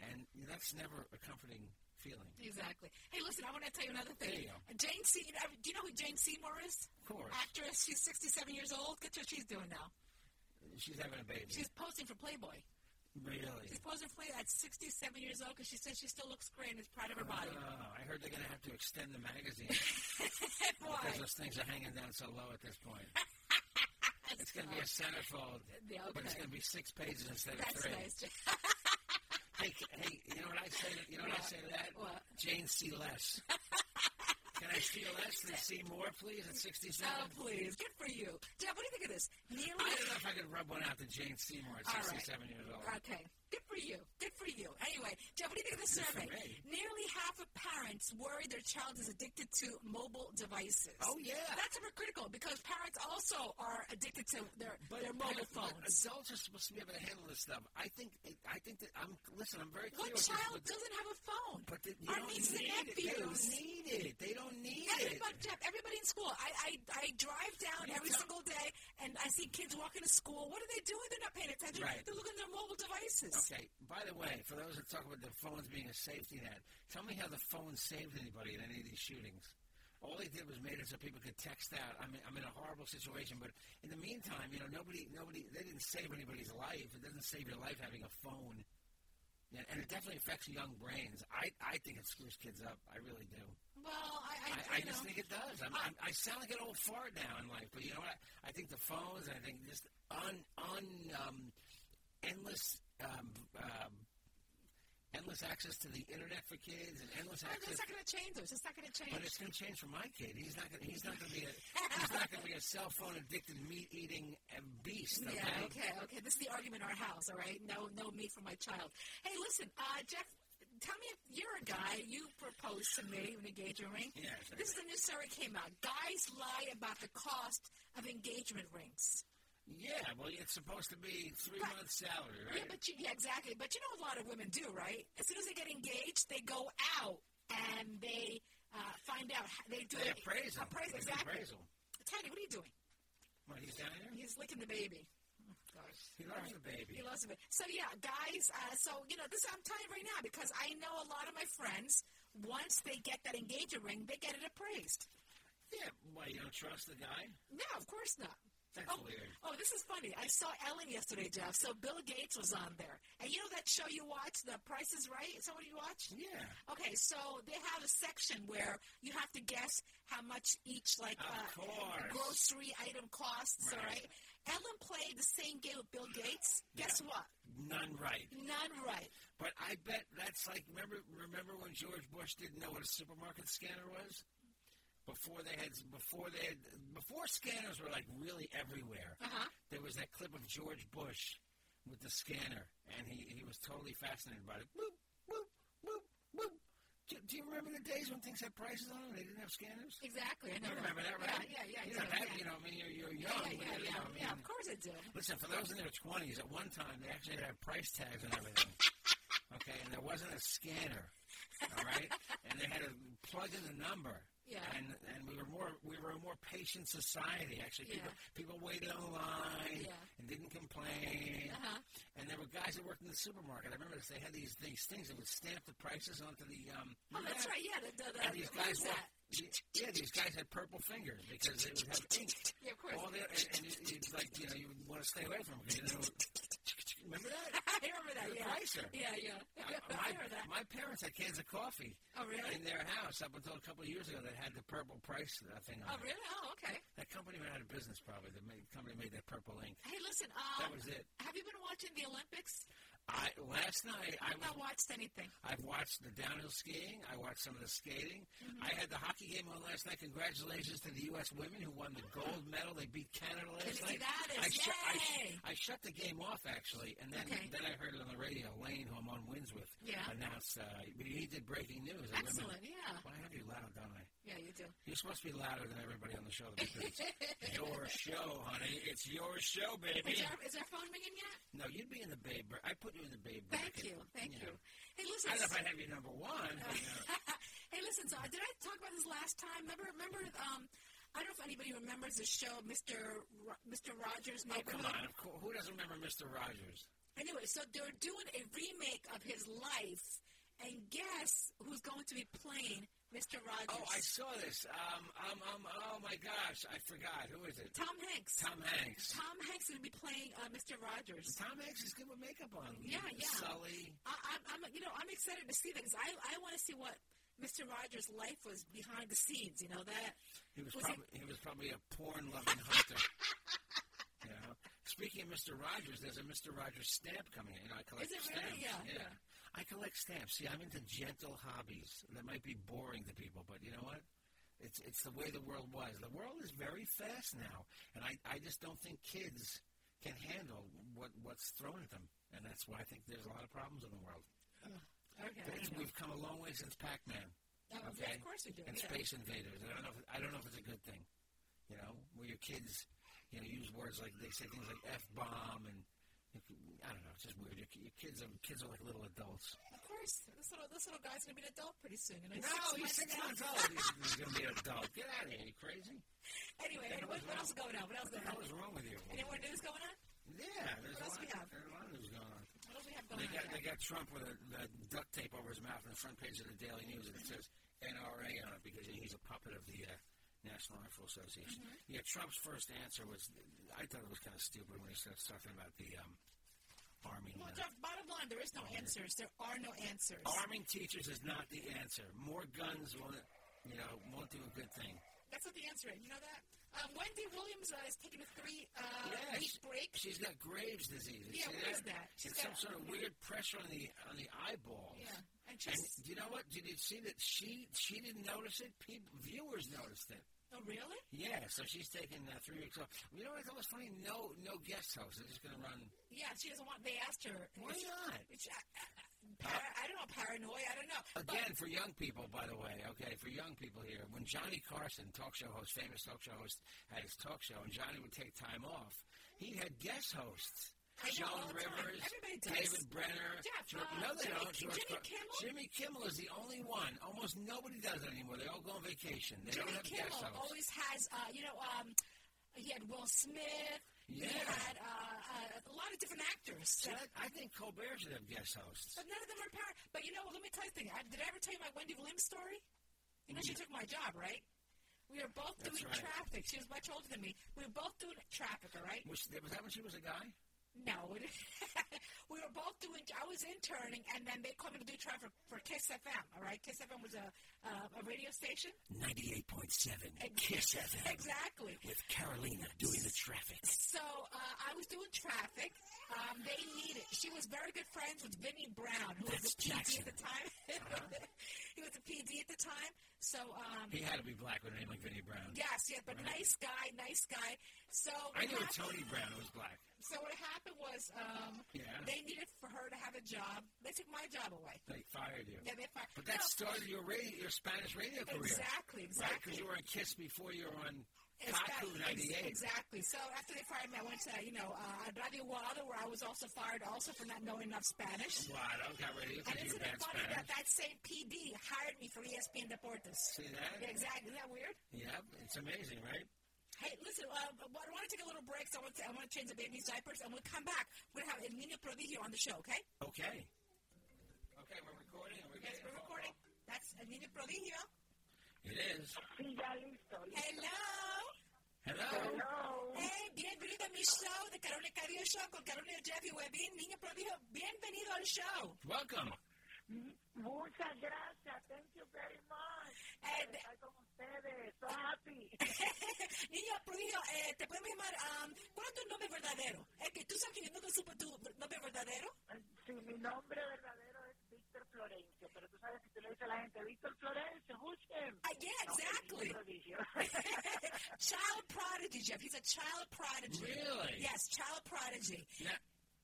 Speaker 1: and that's never a comforting feeling.
Speaker 2: Exactly. Hey, listen, I want to tell you another
Speaker 1: There
Speaker 2: thing.
Speaker 1: you
Speaker 2: Jane Seymour. Do you know who Jane Seymour is?
Speaker 1: Of course,
Speaker 2: Actress. She's 67 years old. Guess what she's doing now?
Speaker 1: she's having a baby.
Speaker 2: She's posing for Playboy.
Speaker 1: really.
Speaker 2: She's posing for Playboy at 67 years old because she says she still looks great and is proud of her body.
Speaker 1: Oh, I heard they're going to have to extend the magazine
Speaker 2: Why?
Speaker 1: because those things are hanging down so low at this point.
Speaker 2: It's
Speaker 1: going to be a centerfold,
Speaker 2: Yeah,
Speaker 1: but it's
Speaker 2: okay.
Speaker 1: going to be six pages instead of
Speaker 2: That's
Speaker 1: three.
Speaker 2: nice. Jane.
Speaker 1: Hey, c- hey, you know what I say? You know what I say to that?
Speaker 2: What?
Speaker 1: Jane, see less. Can I see less and see more, please? At sixty-seven.
Speaker 2: Oh, please. Good for you. Deb, what do you think of this? Nearly.
Speaker 1: I don't know if I could rub one out to Jane Seymour at
Speaker 2: All right.
Speaker 1: 67 years old.
Speaker 2: Okay. Good for you. Good for you. Anyway, Deb, what do you think of the survey?
Speaker 1: me.
Speaker 2: Nearly half of parents worry their child is addicted to mobile devices.
Speaker 1: Oh, yeah.
Speaker 2: That's super critical because parents also are addicted to their, their mobile
Speaker 1: but
Speaker 2: phones.
Speaker 1: adults are supposed to be able to handle this stuff. I think. I think that I'm. Listen, I'm very clear.
Speaker 2: What
Speaker 1: with this,
Speaker 2: child
Speaker 1: but the-
Speaker 2: doesn't have a phone?
Speaker 1: But the, you
Speaker 2: Our
Speaker 1: don't
Speaker 2: nieces and
Speaker 1: need it. They don't
Speaker 2: nephews.
Speaker 1: need it. They don't need it.
Speaker 2: Everybody, Jeff, everybody in school. I, I, I drive down every single day and I see kids walking to school. What are they doing? They're not paying attention.
Speaker 1: Right.
Speaker 2: They're looking at their mobile devices.
Speaker 1: Okay. By the way, for those that talk about the phones being a safety net, tell me how the phone saved anybody in any of these shootings. All they did was made it so people could text out. I'm in, I'm in a horrible situation, but in the meantime, you know, nobody, nobody, they didn't save anybody's life. It doesn't save your life having a phone, and, and it definitely affects young brains. I, I think it screws kids up. I really do.
Speaker 2: Well, I, I,
Speaker 1: I, I
Speaker 2: you
Speaker 1: just
Speaker 2: know,
Speaker 1: think it does. I'm, I'm, I sound like an old fart now in life, but you know what? I think the phones. I think just un un um, endless um, um, endless access to the internet for kids and endless access.
Speaker 2: it's not going to change us. It's not going to change.
Speaker 1: But it's going to change for my kid. He's not going. He's not going to be a. He's not going to be a cell phone addicted meat eating beast. Okay?
Speaker 2: Yeah, okay, okay. This is the argument in our house, all right? No, no me for my child. Hey, listen, uh, Jeff, tell me if you're a guy, you proposed to me an engagement ring.
Speaker 1: Yeah, sure.
Speaker 2: This is a new survey came out. Guys lie about the cost of engagement rings.
Speaker 1: Yeah. Well, it's supposed to be three months' salary,
Speaker 2: Yeah,
Speaker 1: right?
Speaker 2: but you, yeah, exactly. But you know, a lot of women do, right? As soon as they get engaged, they go out and they uh, find out. how- They do
Speaker 1: They
Speaker 2: an
Speaker 1: appraise him.
Speaker 2: Appraisal,
Speaker 1: They
Speaker 2: exactly.
Speaker 1: appraise him.
Speaker 2: Tiny, what are you doing?
Speaker 1: When he's down here,
Speaker 2: He's licking the baby. Oh, gosh.
Speaker 1: he loves the baby.
Speaker 2: He loves it. So yeah, guys. Uh, so you know, this I'm telling you right now because I know a lot of my friends. Once they get that engagement ring, they get it appraised.
Speaker 1: Yeah. Why you don't trust the guy?
Speaker 2: No, of course not.
Speaker 1: That's
Speaker 2: Oh,
Speaker 1: weird.
Speaker 2: oh, this is funny. I saw Ellen yesterday, Jeff. So Bill Gates was on there, and you know that show you watch, The Price Is Right. Is that what you watch?
Speaker 1: Yeah.
Speaker 2: Okay, so they have a section where you have to guess how much each like uh,
Speaker 1: course.
Speaker 2: grocery item costs. All right. Ellen played the same game with Bill Gates. Guess what?
Speaker 1: None right.
Speaker 2: None right.
Speaker 1: But I bet that's like remember remember when George Bush didn't know what a supermarket scanner was before they had before they had before scanners were like really everywhere.
Speaker 2: Uh-huh.
Speaker 1: There was that clip of George Bush with the scanner, and he he was totally fascinated by it. Boop boop boop boop. Do, do you remember the days when things had prices on them? They didn't have scanners.
Speaker 2: Exactly. I know
Speaker 1: You remember that, right?
Speaker 2: Yeah, yeah, yeah.
Speaker 1: You know,
Speaker 2: exactly,
Speaker 1: that, you know, I mean, you're, you're
Speaker 2: yeah,
Speaker 1: young.
Speaker 2: yeah, yeah,
Speaker 1: you
Speaker 2: yeah,
Speaker 1: know, I
Speaker 2: yeah.
Speaker 1: mean,
Speaker 2: Of course I do.
Speaker 1: Listen, for those in their twenties, at one time they actually had price tags on everything. okay, and there wasn't a scanner. All right, and they had to plug in the number.
Speaker 2: Yeah.
Speaker 1: And and we were more we were a more patient society. Actually, people
Speaker 2: Yeah.
Speaker 1: people waited in line
Speaker 2: Yeah.
Speaker 1: and didn't complain.
Speaker 2: Uh-huh.
Speaker 1: And there were guys that worked in the supermarket. I remember this. They had these these things that would stamp the prices onto the. Um,
Speaker 2: Oh, that's
Speaker 1: yeah.
Speaker 2: right. Yeah, the, the, the,
Speaker 1: And these
Speaker 2: what
Speaker 1: guys
Speaker 2: is
Speaker 1: walk.
Speaker 2: that?
Speaker 1: Yeah, these guys had purple fingers because they would have ink.
Speaker 2: Yeah, of course.
Speaker 1: All their, and, and you- you'd like, you know, you would want to stay away from them. 'cause You know, remember that?
Speaker 2: I remember that.
Speaker 1: The
Speaker 2: Yeah.
Speaker 1: Chrysler.
Speaker 2: Yeah, yeah.
Speaker 1: I-
Speaker 2: I
Speaker 1: my,
Speaker 2: remember that.
Speaker 1: my parents had cans of coffee
Speaker 2: Oh, really?
Speaker 1: in their house up until a couple of years ago that had the purple price uh, thing on
Speaker 2: Oh,
Speaker 1: it.
Speaker 2: really? Oh, okay.
Speaker 1: That company went out of business probably. The ma- company made that purple ink.
Speaker 2: Hey, listen. Um,
Speaker 1: That was it.
Speaker 2: Have you been watching the Olympics?
Speaker 1: I Last night,
Speaker 2: I've
Speaker 1: I was
Speaker 2: not watched anything.
Speaker 1: I've watched the downhill skiing. I watched some of the skating.
Speaker 2: Mm-hmm.
Speaker 1: I had the hockey game on last night. Congratulations to the U.S. women who won the gold medal. They beat Canada last
Speaker 2: you
Speaker 1: night.
Speaker 2: see that?
Speaker 1: I,
Speaker 2: It's
Speaker 1: I,
Speaker 2: yay!
Speaker 1: I shut the game off actually, and then
Speaker 2: Okay.
Speaker 1: then I heard it on the radio. Lane, who I'm on wins with,
Speaker 2: Yeah.
Speaker 1: announced uh, he did breaking news. that women-
Speaker 2: Excellent. Yeah.
Speaker 1: Well, I have you loud, don't I?
Speaker 2: Yeah, you do.
Speaker 1: You're supposed to be louder than everybody on the show because it's your show, honey. It's your show, baby.
Speaker 2: Is our, is our phone ringing yet?
Speaker 1: No, you'd be in the babe. bra- I put you in the babe.
Speaker 2: Thank
Speaker 1: bracket.
Speaker 2: you. Thank you.
Speaker 1: Yeah.
Speaker 2: Hey, listen.
Speaker 1: I don't know if I'd have you number one. But, you know.
Speaker 2: hey, listen. So, did I talk about this last time? Remember? Remember? Um, I don't know if anybody remembers the show, Mr. Ro- Mr. Rogers'
Speaker 1: Oh, Come
Speaker 2: Neighborhood.
Speaker 1: on, of course. Who doesn't remember Mr. Rogers?
Speaker 2: Anyway, so they're doing a remake of his life, and guess who's going to be playing Mr. Rogers?
Speaker 1: Oh, I saw this. Um, um, um, oh my gosh, I forgot. Who is it?
Speaker 2: Tom Hanks.
Speaker 1: Tom Hanks.
Speaker 2: Tom Hanks is going to be playing uh, Mr. Rogers.
Speaker 1: Tom Hanks is good with makeup on.
Speaker 2: Yeah, yeah.
Speaker 1: Sully.
Speaker 2: I, I'm, I'm, you know, I'm excited to see that 'cause I, I want to see what Mr. Rogers' life was behind the scenes. You know that.
Speaker 1: He was,
Speaker 2: Was he-
Speaker 1: probably he was probably a porn loving hunter. yeah. Speaking of Mr. Rogers, there's a Mr. Rogers stamp coming in. You know, I collect
Speaker 2: Is it
Speaker 1: stamps.
Speaker 2: really? Yeah,
Speaker 1: yeah. I collect stamps. See, I'm into gentle hobbies. That might be boring to people, but you know what? It's it's the way the world was. The world is very fast now, and I, I just don't think kids can handle what what's thrown at them, and that's why I think there's a lot of problems in the world.
Speaker 2: Okay.
Speaker 1: It's- We've come a long way since Pac-Man.
Speaker 2: Oh, yeah, of
Speaker 1: okay?
Speaker 2: course we do,
Speaker 1: And
Speaker 2: yeah.
Speaker 1: Space Invaders. I don't know. If, I don't know if it's a good thing. You know, where your kids, you know, use words like they say things like f bomb and I don't know. It's just weird. Your, your kids are kids are like little adults.
Speaker 2: Of course. This little, this little guy's going to be an adult pretty soon. And
Speaker 1: No, he's six months old. He's, he's gonna be an adult. Get out of here. You crazy?
Speaker 2: Anyway, and what, what else is going on? What else is going
Speaker 1: What the hell
Speaker 2: on?
Speaker 1: is wrong with you?
Speaker 2: Any more news going on?
Speaker 1: Yeah, there's
Speaker 2: What
Speaker 1: a
Speaker 2: else
Speaker 1: lot.
Speaker 2: we have?
Speaker 1: There's a lot of news going on.
Speaker 2: What do we have going
Speaker 1: They got
Speaker 2: on?
Speaker 1: they got Trump with a, the duct tape over his mouth on the front page of the Daily News, and it says NRA on it because he's a puppet of the uh, National Rifle Association.
Speaker 2: Mm-hmm.
Speaker 1: Yeah, Trump's first answer was I thought it was kind of stupid when he starts talking about the um, army.
Speaker 2: Well,
Speaker 1: men.
Speaker 2: Jeff, bottom line, there is no answers. There are no answers.
Speaker 1: Arming teachers is not the answer. More guns won't, you know, won't do a good thing.
Speaker 2: That's not the answer. You know that? Um, Wendy Williams uh, is taking a three-week
Speaker 1: Yeah, she-
Speaker 2: break.
Speaker 1: She's got Graves' disease. You
Speaker 2: Yeah,
Speaker 1: see
Speaker 2: what
Speaker 1: that?
Speaker 2: is that? She's
Speaker 1: it's some
Speaker 2: got-
Speaker 1: sort of weird pressure on the on the eyeball.
Speaker 2: yeah. And
Speaker 1: And
Speaker 2: just,
Speaker 1: you know what? Did you see that she she didn't notice it? People, viewers noticed it.
Speaker 2: oh, really?
Speaker 1: Yeah, so she's taking uh, three weeks off. You know what? That was funny. No, no guest hosts. They're just going to run.
Speaker 2: Yeah, she doesn't want. They asked her.
Speaker 1: Why
Speaker 2: It's-
Speaker 1: not?
Speaker 2: it's, uh, uh, para- I don't know. Paranoia. I don't know.
Speaker 1: Again, for young people, by the way, okay, for young people here, when Johnny Carson, talk show host, famous talk show host, had his talk show, and Johnny would take time off, he had guest hosts.
Speaker 2: I know,
Speaker 1: Joan
Speaker 2: all the time.
Speaker 1: Rivers,
Speaker 2: Everybody does.
Speaker 1: David Brenner.
Speaker 2: Yeah,
Speaker 1: George-
Speaker 2: uh,
Speaker 1: no, they
Speaker 2: Jimmy-
Speaker 1: don't. George
Speaker 2: Jimmy
Speaker 1: Car-
Speaker 2: Kimmel?
Speaker 1: Jimmy Kimmel is the only one. Almost nobody does it anymore. They all go on vacation. They
Speaker 2: Jimmy
Speaker 1: don't have guest
Speaker 2: Kimmel
Speaker 1: hosts.
Speaker 2: always has, uh, you know, um, he had Will Smith.
Speaker 1: Yeah.
Speaker 2: He had uh, uh, a lot of different actors.
Speaker 1: So that- I think Colbert should have guest hosts.
Speaker 2: But none of them are power. But you know, what, let me tell you something. I, did I ever tell you my Wendy Williams story? You know, she took my job, right? We were both
Speaker 1: Mm. That's
Speaker 2: doing
Speaker 1: right.
Speaker 2: traffic. She was much older than me. We were both doing traffic, all right?
Speaker 1: Was, was that when she was a guy?
Speaker 2: No. it- we were both doing, I was interning, and then they called me to do traffic for Kiss FM, all right? Kiss FM was a, uh, a radio station.
Speaker 1: 98.7 Kiss FM
Speaker 2: Exactly.
Speaker 1: with Carolina doing the traffic.
Speaker 2: So uh, I was doing traffic. Um, they needed. She was very good friends with Vinny Brown, who was
Speaker 1: That's
Speaker 2: a PD
Speaker 1: Jackson.
Speaker 2: at the time. he was a PD at the time. So um,
Speaker 1: He had to be black with a name like Vinnie Brown.
Speaker 2: yes, yes, but nice guy, nice guy. So
Speaker 1: I knew
Speaker 2: what
Speaker 1: a
Speaker 2: happened-
Speaker 1: Tony Brown was black.
Speaker 2: So what happened was um,
Speaker 1: Yeah.
Speaker 2: they needed for her to have a job. They took my job away.
Speaker 1: They fired you.
Speaker 2: Yeah, they fired.
Speaker 1: But that
Speaker 2: No,
Speaker 1: started your radio, your Spanish radio career.
Speaker 2: Exactly,
Speaker 1: Right, because
Speaker 2: exactly.
Speaker 1: you were on Kiss before you were on
Speaker 2: Exactly.
Speaker 1: Kaku 98.
Speaker 2: Exactly. So after they fired me, I went to you know uh, Radio Guado, where I was also fired, also for not knowing enough Spanish.
Speaker 1: Wow, I don't got radio
Speaker 2: And
Speaker 1: because you
Speaker 2: isn't it
Speaker 1: were bad
Speaker 2: funny that
Speaker 1: Spanish.
Speaker 2: that same PD hired me for E ESPN Deportes?
Speaker 1: See that?
Speaker 2: Yeah, exactly. Isn't that weird?
Speaker 1: Yep, it's amazing, right?
Speaker 2: Hey, listen, uh, I want to take a little break, so I want to, I want to change the baby's diapers, and we'll come back. We're going to have El Niño Prodigio on the show, okay?
Speaker 1: Okay. Okay, we're recording. and We're
Speaker 2: Yes, we're recording. That's El Niño Prodigio.
Speaker 1: It is.
Speaker 3: Sí, ya listo.
Speaker 2: Hello.
Speaker 1: Hello.
Speaker 3: No,
Speaker 2: Hey, bienvenido a mi show de Carolina Cadillo Show con Carolina Jeff y Webin. Niño Prodigio, bienvenido al show.
Speaker 1: Welcome.
Speaker 3: muchas gracias. Thank you very much.
Speaker 2: And-
Speaker 3: Estar con ustedes. So happy.
Speaker 2: Niño Prodigio, eh, te podemos llamar, um, ¿cuál es tu nombre verdadero? Es que tú sabes que yo nunca supe tu nombre verdadero.
Speaker 3: Eh, Sí, mi nombre verdadero es Víctor Florencio, pero tú sabes que tú le dices a la gente, Víctor Florencio, who's him?
Speaker 2: Ah, yeah,
Speaker 3: No,
Speaker 2: exactly.
Speaker 3: es un prodigio.
Speaker 2: child prodigy, Jeff. He's a child prodigy.
Speaker 1: Really?
Speaker 2: Yes, child prodigy.
Speaker 1: Now,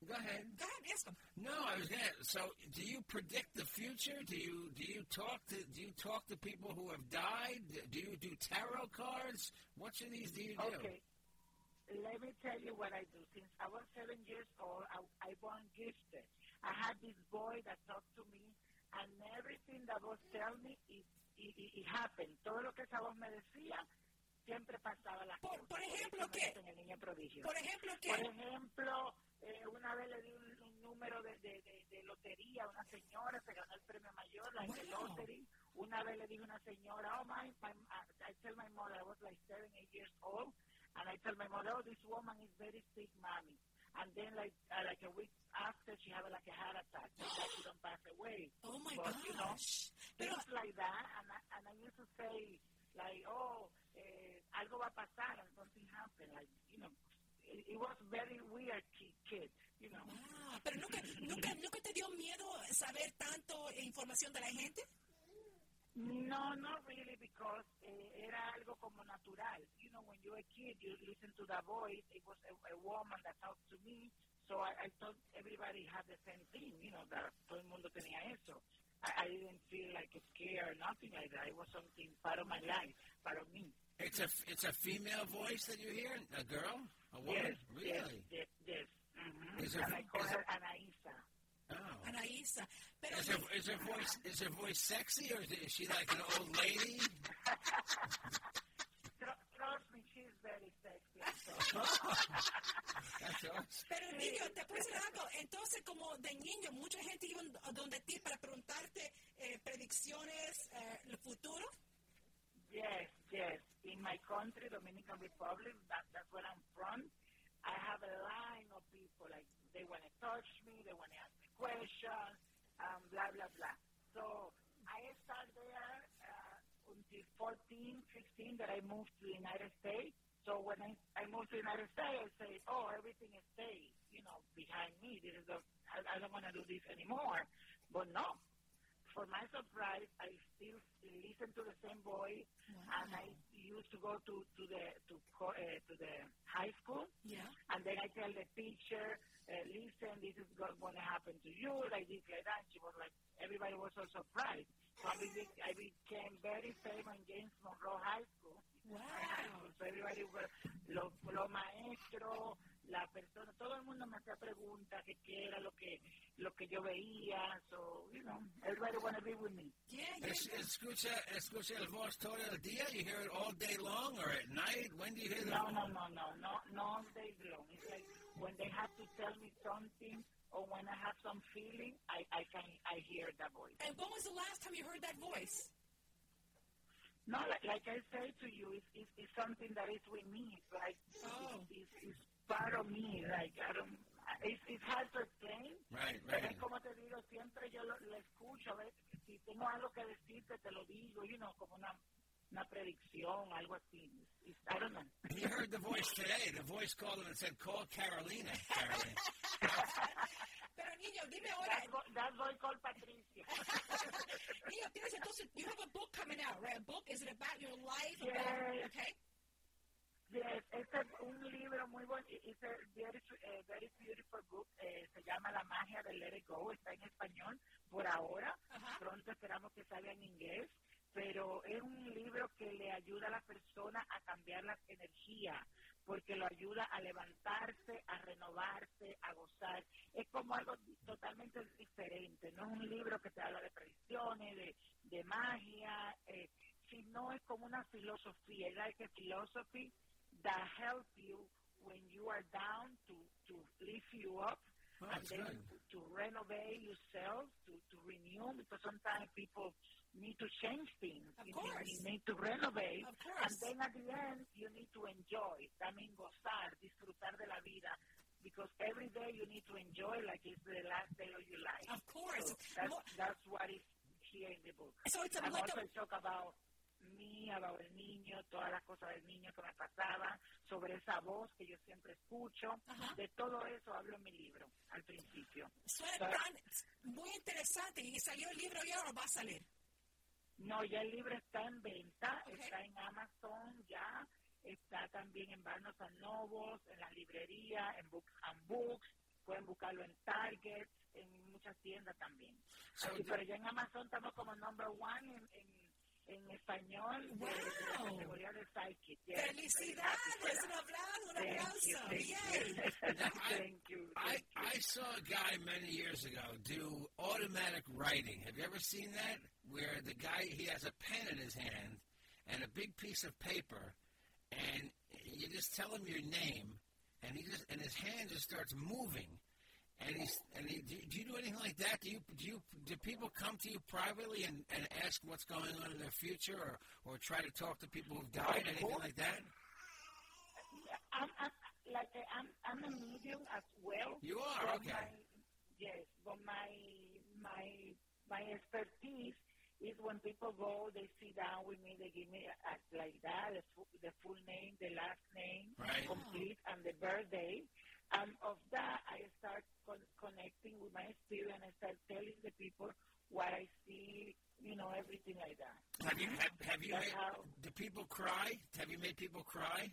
Speaker 1: go ahead.
Speaker 2: Go ahead, ask him.
Speaker 1: No, I was gonna. So, do you predict the future? Do you do you talk to do you talk to people who have died? Do you do tarot cards? Which of these do you do?
Speaker 3: Okay. Let me tell you what I do. Since I was seven years old, I, I was gifted. I had this boy that talked to me, and everything that was tell me, it, it, it, it happened. Todo lo que esa voz me decía, siempre pasaba las
Speaker 2: Por-
Speaker 3: cosas.
Speaker 2: por ejemplo,
Speaker 3: Eso me
Speaker 2: ¿qué?
Speaker 3: hizo En el niño prodigio.
Speaker 2: Por ejemplo, ¿qué?
Speaker 3: Por ejemplo, eh, una vez le di un, un número de, de- de- de lotería a una señora, se ganó el premio mayor, la de
Speaker 2: Wow.
Speaker 3: lottery. Una vez le dije a una señora, oh, my, my, uh, I tell my mother, I was like seven, eight years old, and I tell my mother, oh, this woman is very sick, mommy. And then, like uh, like a week after, she had like a heart attack. Like she don't pass away.
Speaker 2: Oh my
Speaker 3: But, you know,
Speaker 2: gosh. Pero,
Speaker 3: things like that, and I, and I used to say like, oh, eh, algo va a pasar, and something happened, like you know, it, it was very weird ki- kid, you know.
Speaker 2: Ah, pero nunca, nunca, nunca te dio miedo saber tanto eh, información de la gente.
Speaker 3: No, not really, because eh, era algo como natural. You know, when you're a kid, you listen to the voice. It was a, a woman that talked to me, so I, I thought everybody had the same thing. You know, that todo el mundo tenía eso. I, I didn't feel like scared or nothing like that. It was something part of my life, part of me.
Speaker 1: It's a it's a female voice that you hear, a girl, a woman,
Speaker 3: Yes,
Speaker 1: really.
Speaker 3: yes, yes. yes. Mhm.
Speaker 4: Is it-
Speaker 3: And I call
Speaker 4: is
Speaker 3: her Anaísa.
Speaker 1: Oh.
Speaker 2: Anaísa. Pero
Speaker 1: Is her, is her voice is her voice sexy or is she like an old lady?
Speaker 3: Tr- Trust me, she's very sexy. So.
Speaker 1: That's awesome.
Speaker 2: Pero niño, te puedo decir algo. Entonces, como de niño, mucha gente iba a donde ti para preguntarte eh, predicciones, eh, el futuro.
Speaker 3: Yes, yes. In my country, Dominican Republic, that, that's where I'm from. I have a line of people like they want to touch me, they want to ask me questions, um, blah blah blah. So I started there uh, until 14, 15 that I moved to the United States. So when I, I moved to the United States, I say, oh, everything is safe, you know, behind me. This is the, I, I don't want to do this anymore. But no, for my surprise, I still listen to the same voice, and I used to go to to the to co- uh, to the high school,
Speaker 2: Yeah.
Speaker 3: and then I tell the teacher, uh, listen, this is going to happen to you, like this, like that. She was like, everybody was so surprised. So I, became, I became very famous in James Monroe High School.
Speaker 2: Wow.
Speaker 3: So everybody were- los los maestros, la persona, todo el mundo me hacía preguntas que qué era lo que lo que yo veía. So, you know, everybody wanna be with me.
Speaker 2: Yeah, yeah.
Speaker 1: Es- Escucha, escucha el voz todo el día. You hear it all day long or at night. When do you hear the
Speaker 3: No, no, no, no, no, no all day long. It's like when they have to tell me something or when I have some feeling, I I can I hear that voice.
Speaker 2: And when was the last time you heard that voice?
Speaker 3: No, like, like I say to you, it's, it's, it's something that is with me. It's like
Speaker 2: Oh.
Speaker 3: it's, it's, it's part of me. Like I don't. It's, it's hard to explain.
Speaker 1: Right,
Speaker 3: Pero
Speaker 1: right.
Speaker 3: es como te digo, siempre yo lo, lo escucho. A ver, si tengo algo que decirte, te lo digo. You know, como una una predicción, algo así. It's, I don't know.
Speaker 1: He heard the voice today. The voice called him and said, "Call Carolina." Carolina.
Speaker 2: Pero niño, dime ahora.
Speaker 3: That's, go- that's what I call Patricia.
Speaker 2: niño, tienes entonces, you have a book coming out, right? A book, is it about your life?
Speaker 3: Yes.
Speaker 2: About, okay.
Speaker 3: Yes, este es un libro muy bonito, it's a very, eh, very beautiful book, eh, se llama La magia del Let It Go, está en español por ahora,
Speaker 2: Ajá.
Speaker 3: pronto esperamos que salga en inglés, pero es un libro que le ayuda a la persona a cambiar las energías, porque lo ayuda a levantarse, a renovarse, a gozar, es como algo di- totalmente diferente, no es un libro que te habla de predicciones, de, de magia, eh, sino es como una filosofía, es like a philosophy that help you when you are down to to lift you up
Speaker 1: Oh,
Speaker 3: and
Speaker 1: that's
Speaker 3: then
Speaker 1: good.
Speaker 3: to renovate yourself to to renew because sometimes people need to change things
Speaker 2: Of
Speaker 3: you
Speaker 2: course.
Speaker 3: Need, you need to renovate
Speaker 2: Of course.
Speaker 3: and then at the end you need to enjoy también gozar disfrutar de la vida because every day you need to enjoy like it's the last day of your life
Speaker 2: Of course.
Speaker 3: So that's,
Speaker 2: Mo-
Speaker 3: that's what is here in the book
Speaker 2: So it's a,
Speaker 3: I'm
Speaker 2: like
Speaker 3: also
Speaker 2: a
Speaker 3: talk about mí, about el niño, todas las cosas del niño que me pasaban, sobre esa voz que yo siempre escucho.
Speaker 2: Ajá.
Speaker 3: De todo eso hablo en mi libro, al principio.
Speaker 2: Suena
Speaker 3: Pero-
Speaker 2: tan muy interesante. ¿Y salió el libro ya o va a salir?
Speaker 3: No, ya el libro está en venta,
Speaker 2: Ok.
Speaker 3: está en Amazon ya, está también en Barnes and Nobles, en las librerías, en Books and Books, pueden buscarlo en Target, en muchas tiendas también.
Speaker 1: So
Speaker 3: Así, pero ya en Amazon estamos como number one en, en- en español de- de la
Speaker 2: Wow.
Speaker 3: categoría de Psychic. Yes, very happy for
Speaker 2: ¡Felicidades!
Speaker 3: that.
Speaker 2: Un aplauso, un
Speaker 3: Thank you,
Speaker 2: aplauso.
Speaker 3: thank you.
Speaker 2: Yay.
Speaker 3: Thank you,
Speaker 1: I,
Speaker 3: thank you.
Speaker 1: I saw a guy many years ago do automatic writing. Have you ever seen that? Where the guy he has a pen in his hand and a big piece of paper, and you just tell him your name, and he just and his hand just starts moving. And he's and he, do, do you do anything like that? Do you do you do people come to you privately and, and ask what's going on in their future, or, or try to talk to people who've died, anything like that?
Speaker 3: I'm, I'm like uh, I'm I'm a medium as well.
Speaker 1: You are
Speaker 3: but
Speaker 1: okay.
Speaker 3: My, yes, but my my my expertise is when people go, they sit down with me, they give me a, a- like that, the, fu- the full name, the last name,
Speaker 1: Right.
Speaker 3: complete, and the birthday. And of that, I start con- connecting with my experience. I start telling the people what I see, you know, everything like that.
Speaker 1: Have you have, have you made,
Speaker 3: That's how-
Speaker 1: do people cry? Have you made people cry?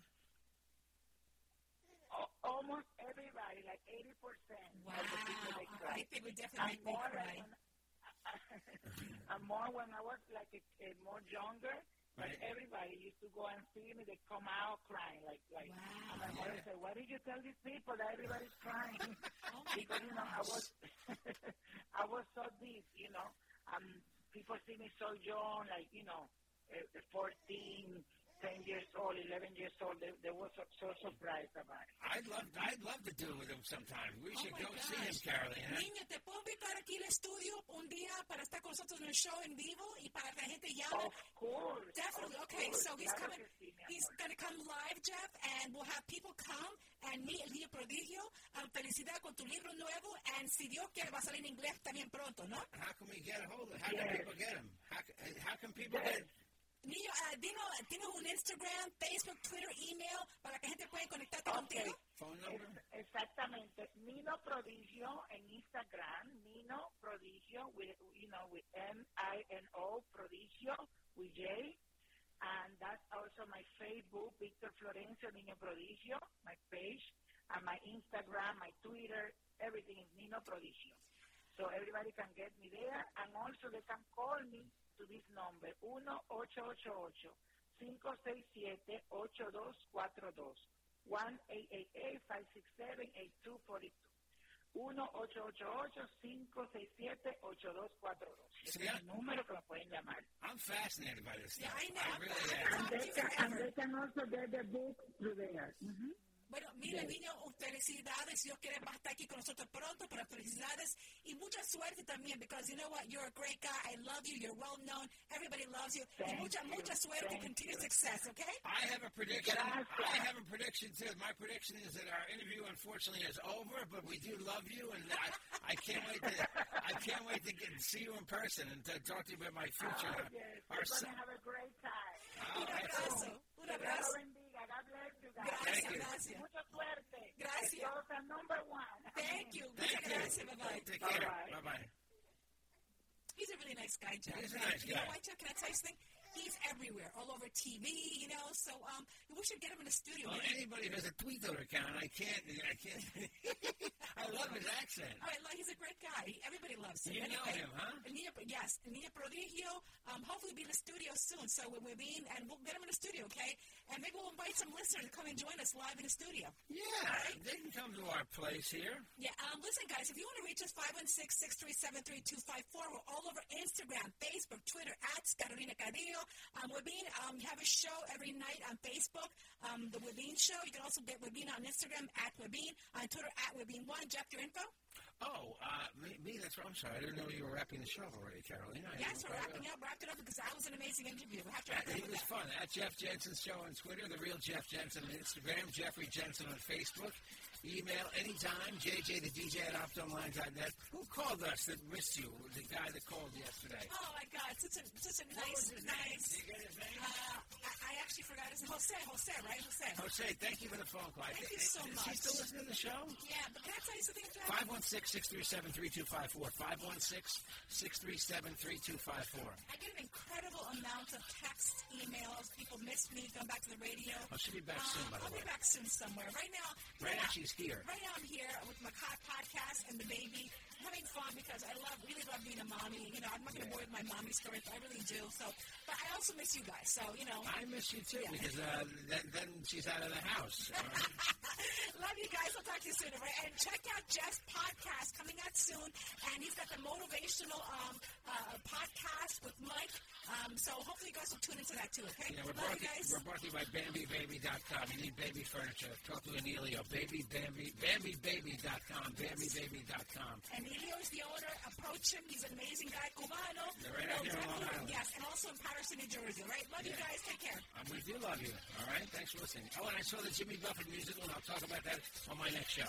Speaker 3: Al- almost everybody, like 80%
Speaker 2: Wow.
Speaker 3: of the people they cry.
Speaker 2: I think it would definitely
Speaker 3: And
Speaker 2: make me
Speaker 3: more,
Speaker 2: cry.
Speaker 3: when, and more when I was like a, a more younger, like
Speaker 1: Right.
Speaker 3: everybody used to go and see me. They come out crying, like like. And my mother said, "Why did you tell these people that everybody's crying?"
Speaker 2: Oh my
Speaker 3: because you know I
Speaker 2: gosh.
Speaker 3: was I was so deep, you know. Um, people see me so young, like you know, eh, 14, 10 years old, 11 years old. They, they were so, so surprised about it.
Speaker 1: I'd love I'd love to do it with him sometime. We should
Speaker 2: Oh my
Speaker 1: go see him,
Speaker 2: gosh.
Speaker 1: Carolina.
Speaker 2: Niño, te puedo invitar aquí al estudio un día para estar con nosotros en el show en vivo y para que la gente llame.
Speaker 3: Of course.
Speaker 2: Definitely.
Speaker 3: of
Speaker 2: Okay,
Speaker 3: course.
Speaker 2: so he's
Speaker 3: Claro
Speaker 2: coming.
Speaker 3: que sí, mi
Speaker 2: He's
Speaker 3: amor.
Speaker 2: going to come live, Jeff, and we'll have people come and meet el niño prodigio. Um, felicidad con tu libro nuevo, and si Dios quiere va a salir en inglés también pronto, ¿no?
Speaker 1: How can we get a hold of? How can
Speaker 3: Yes.
Speaker 1: people get him? How, ca- how can people
Speaker 3: Yes.
Speaker 1: get?
Speaker 2: Niño, ah, dino, dinos un Instagram, Facebook, Twitter, email para que la gente pueda conectarte contigo.
Speaker 1: Phone number?
Speaker 3: Exactamente. Nino Prodigio en Instagram. Nino Prodigio, with, you know, with M-I-N-O, Prodigio, with J. And that's also my Facebook, Victor Florencio Nino Prodigio, my page. And my Instagram, my Twitter, everything is Nino Prodigio. So everybody can get me there. And also they can call me to this number, 1-888-567-8242. 1-888-567-8242. 1-888-567-8242. Ese
Speaker 1: Sí,
Speaker 3: es
Speaker 1: ah.
Speaker 3: el número que me pueden llamar.
Speaker 1: I'm fascinated by this stuff.
Speaker 2: I know.
Speaker 1: I really am.
Speaker 3: And they can, and they can also get the book through there. Mhm.
Speaker 2: Bueno, mira, niño, felicidades. Dios quiere va a estar aquí con nosotros pronto, pero felicidades y mucha suerte también, because you know what, you're a great guy. I love you. You're well known. Everybody loves you. y
Speaker 3: Thank
Speaker 2: mucha,
Speaker 3: you.
Speaker 2: mucha suerte.
Speaker 3: Thank
Speaker 2: Continued success, okay?
Speaker 1: I have a prediction.
Speaker 3: Gracias.
Speaker 1: I have a prediction too. My prediction is that our interview, unfortunately, is over. But we do love you, and I, I can't wait to I can't wait to get see you in person and to talk to you about my
Speaker 2: Oh,
Speaker 1: future.
Speaker 3: Yes,
Speaker 1: our
Speaker 3: you're
Speaker 1: son.
Speaker 3: gonna have a great time.
Speaker 1: Oh,
Speaker 2: Un
Speaker 1: excellent.
Speaker 2: abrazo. Un
Speaker 3: Que Dios lo
Speaker 2: abrazo.
Speaker 3: bendiga. God bless you guys.
Speaker 2: Gracias,
Speaker 1: you.
Speaker 2: gracias.
Speaker 3: Mucha suerte.
Speaker 2: Gracias.
Speaker 3: Que todos sean number one.
Speaker 2: Thank you. Muchas
Speaker 1: Thank
Speaker 2: gracias.
Speaker 1: you.
Speaker 2: Bye bye.
Speaker 1: Take care.
Speaker 3: Bye-bye.
Speaker 1: Bye bye.
Speaker 2: He's a really nice guy, Jack.
Speaker 1: He's a nice
Speaker 2: You know
Speaker 1: guy.
Speaker 2: what, Jack? Can I tell you something? He's everywhere, all over TV, you know. So um, we should get him in the studio.
Speaker 1: Well,
Speaker 2: man.
Speaker 1: anybody who has a Twitter account, I can't. I can't. I love his accent.
Speaker 2: All right, look, he's a great guy. He- Everybody loves him.
Speaker 1: You know
Speaker 2: Anyway,
Speaker 1: him, huh?
Speaker 2: El niño, yes, El Niño Prodigio. Um, hopefully, be in the studio soon. So we- we'll be in, and we'll get him in the studio, okay? And maybe we'll invite some listeners to come and join us live in the studio.
Speaker 1: Yeah, they can come to our place here.
Speaker 2: Yeah, um, listen, guys, if you want to reach us, 516-637-3254. We're all over Instagram, Facebook, Twitter, at Carolina Cadillo. Um, Webin, um, have a show every night on Facebook, um, The Webin Show. You can also get Webin on Instagram, at Webin, on Twitter, at Webin1. Jeff, your info?
Speaker 1: Oh, uh, me, me, that's right. I'm sorry. I didn't know you were wrapping the show already, Carolina. I
Speaker 2: Yes, we're
Speaker 1: didn't know-
Speaker 2: wrapping up, wrapped it up because that was an amazing interview. We have to wrap it
Speaker 1: It
Speaker 2: up.
Speaker 1: was fun. At Jeff Jensen's show on Twitter, the real Jeff Jensen on Instagram, Jeffrey Jensen on Facebook. Email anytime, JJ the DJ at optonline.net. Who called us that missed you? The guy that called yesterday.
Speaker 2: Oh my God, such a such a nice, nice. Uh, I, I actually forgot his Jose, Jose, right? Jose.
Speaker 1: Jose, thank you for the phone call.
Speaker 2: Thank you so
Speaker 1: Is he
Speaker 2: much.
Speaker 1: still listening to the show?
Speaker 2: Yeah, but can I tell you something, Jeff?
Speaker 1: 516-637-3254. 516-637-3254.
Speaker 2: I get an incredible amount of text, emails. People miss me, come back to the radio.
Speaker 1: I should be back soon, by
Speaker 2: I'll
Speaker 1: the
Speaker 2: be
Speaker 1: way.
Speaker 2: back soon somewhere. Right now,
Speaker 1: Right now, she's here.
Speaker 2: Right now, I'm here with my co- podcast and the baby, having fun because I love, really love being a mommy. You know, I'm not going to bore you with my mommy story, but I really do. So, but I also miss you guys. So, you know,
Speaker 1: I miss you too because uh, then, then she's out of the house.
Speaker 2: Love you guys. I'll talk to you soon. All right? And check out Jeff's podcast coming out soon. And he's got the motivational um, uh, podcast with Mike. Um, so hopefully you guys will tune into that too. Okay.
Speaker 1: Yeah, we're
Speaker 2: Love
Speaker 1: brought,
Speaker 2: you
Speaker 1: to,
Speaker 2: guys.
Speaker 1: we're brought to you by BambiBaby.com. You need baby furniture. Talk to Anelio. Baby Bambi. BambiBaby.com. BambiBaby.com.
Speaker 2: And Elio's the owner. Approach him. He's an amazing guy, Cubano.
Speaker 1: They're right out here in Long Island.
Speaker 2: yes, and also in Patterson, New Jersey. Right. Love you guys. Take care.
Speaker 1: Um, we do love you. All right? Thanks for listening. Oh, and I saw the Jimmy Buffett musical, and I'll talk about that on my next show.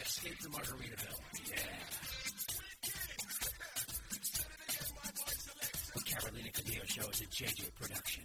Speaker 1: Escape to Margaritaville. Yeah. Video Show is a JJ production.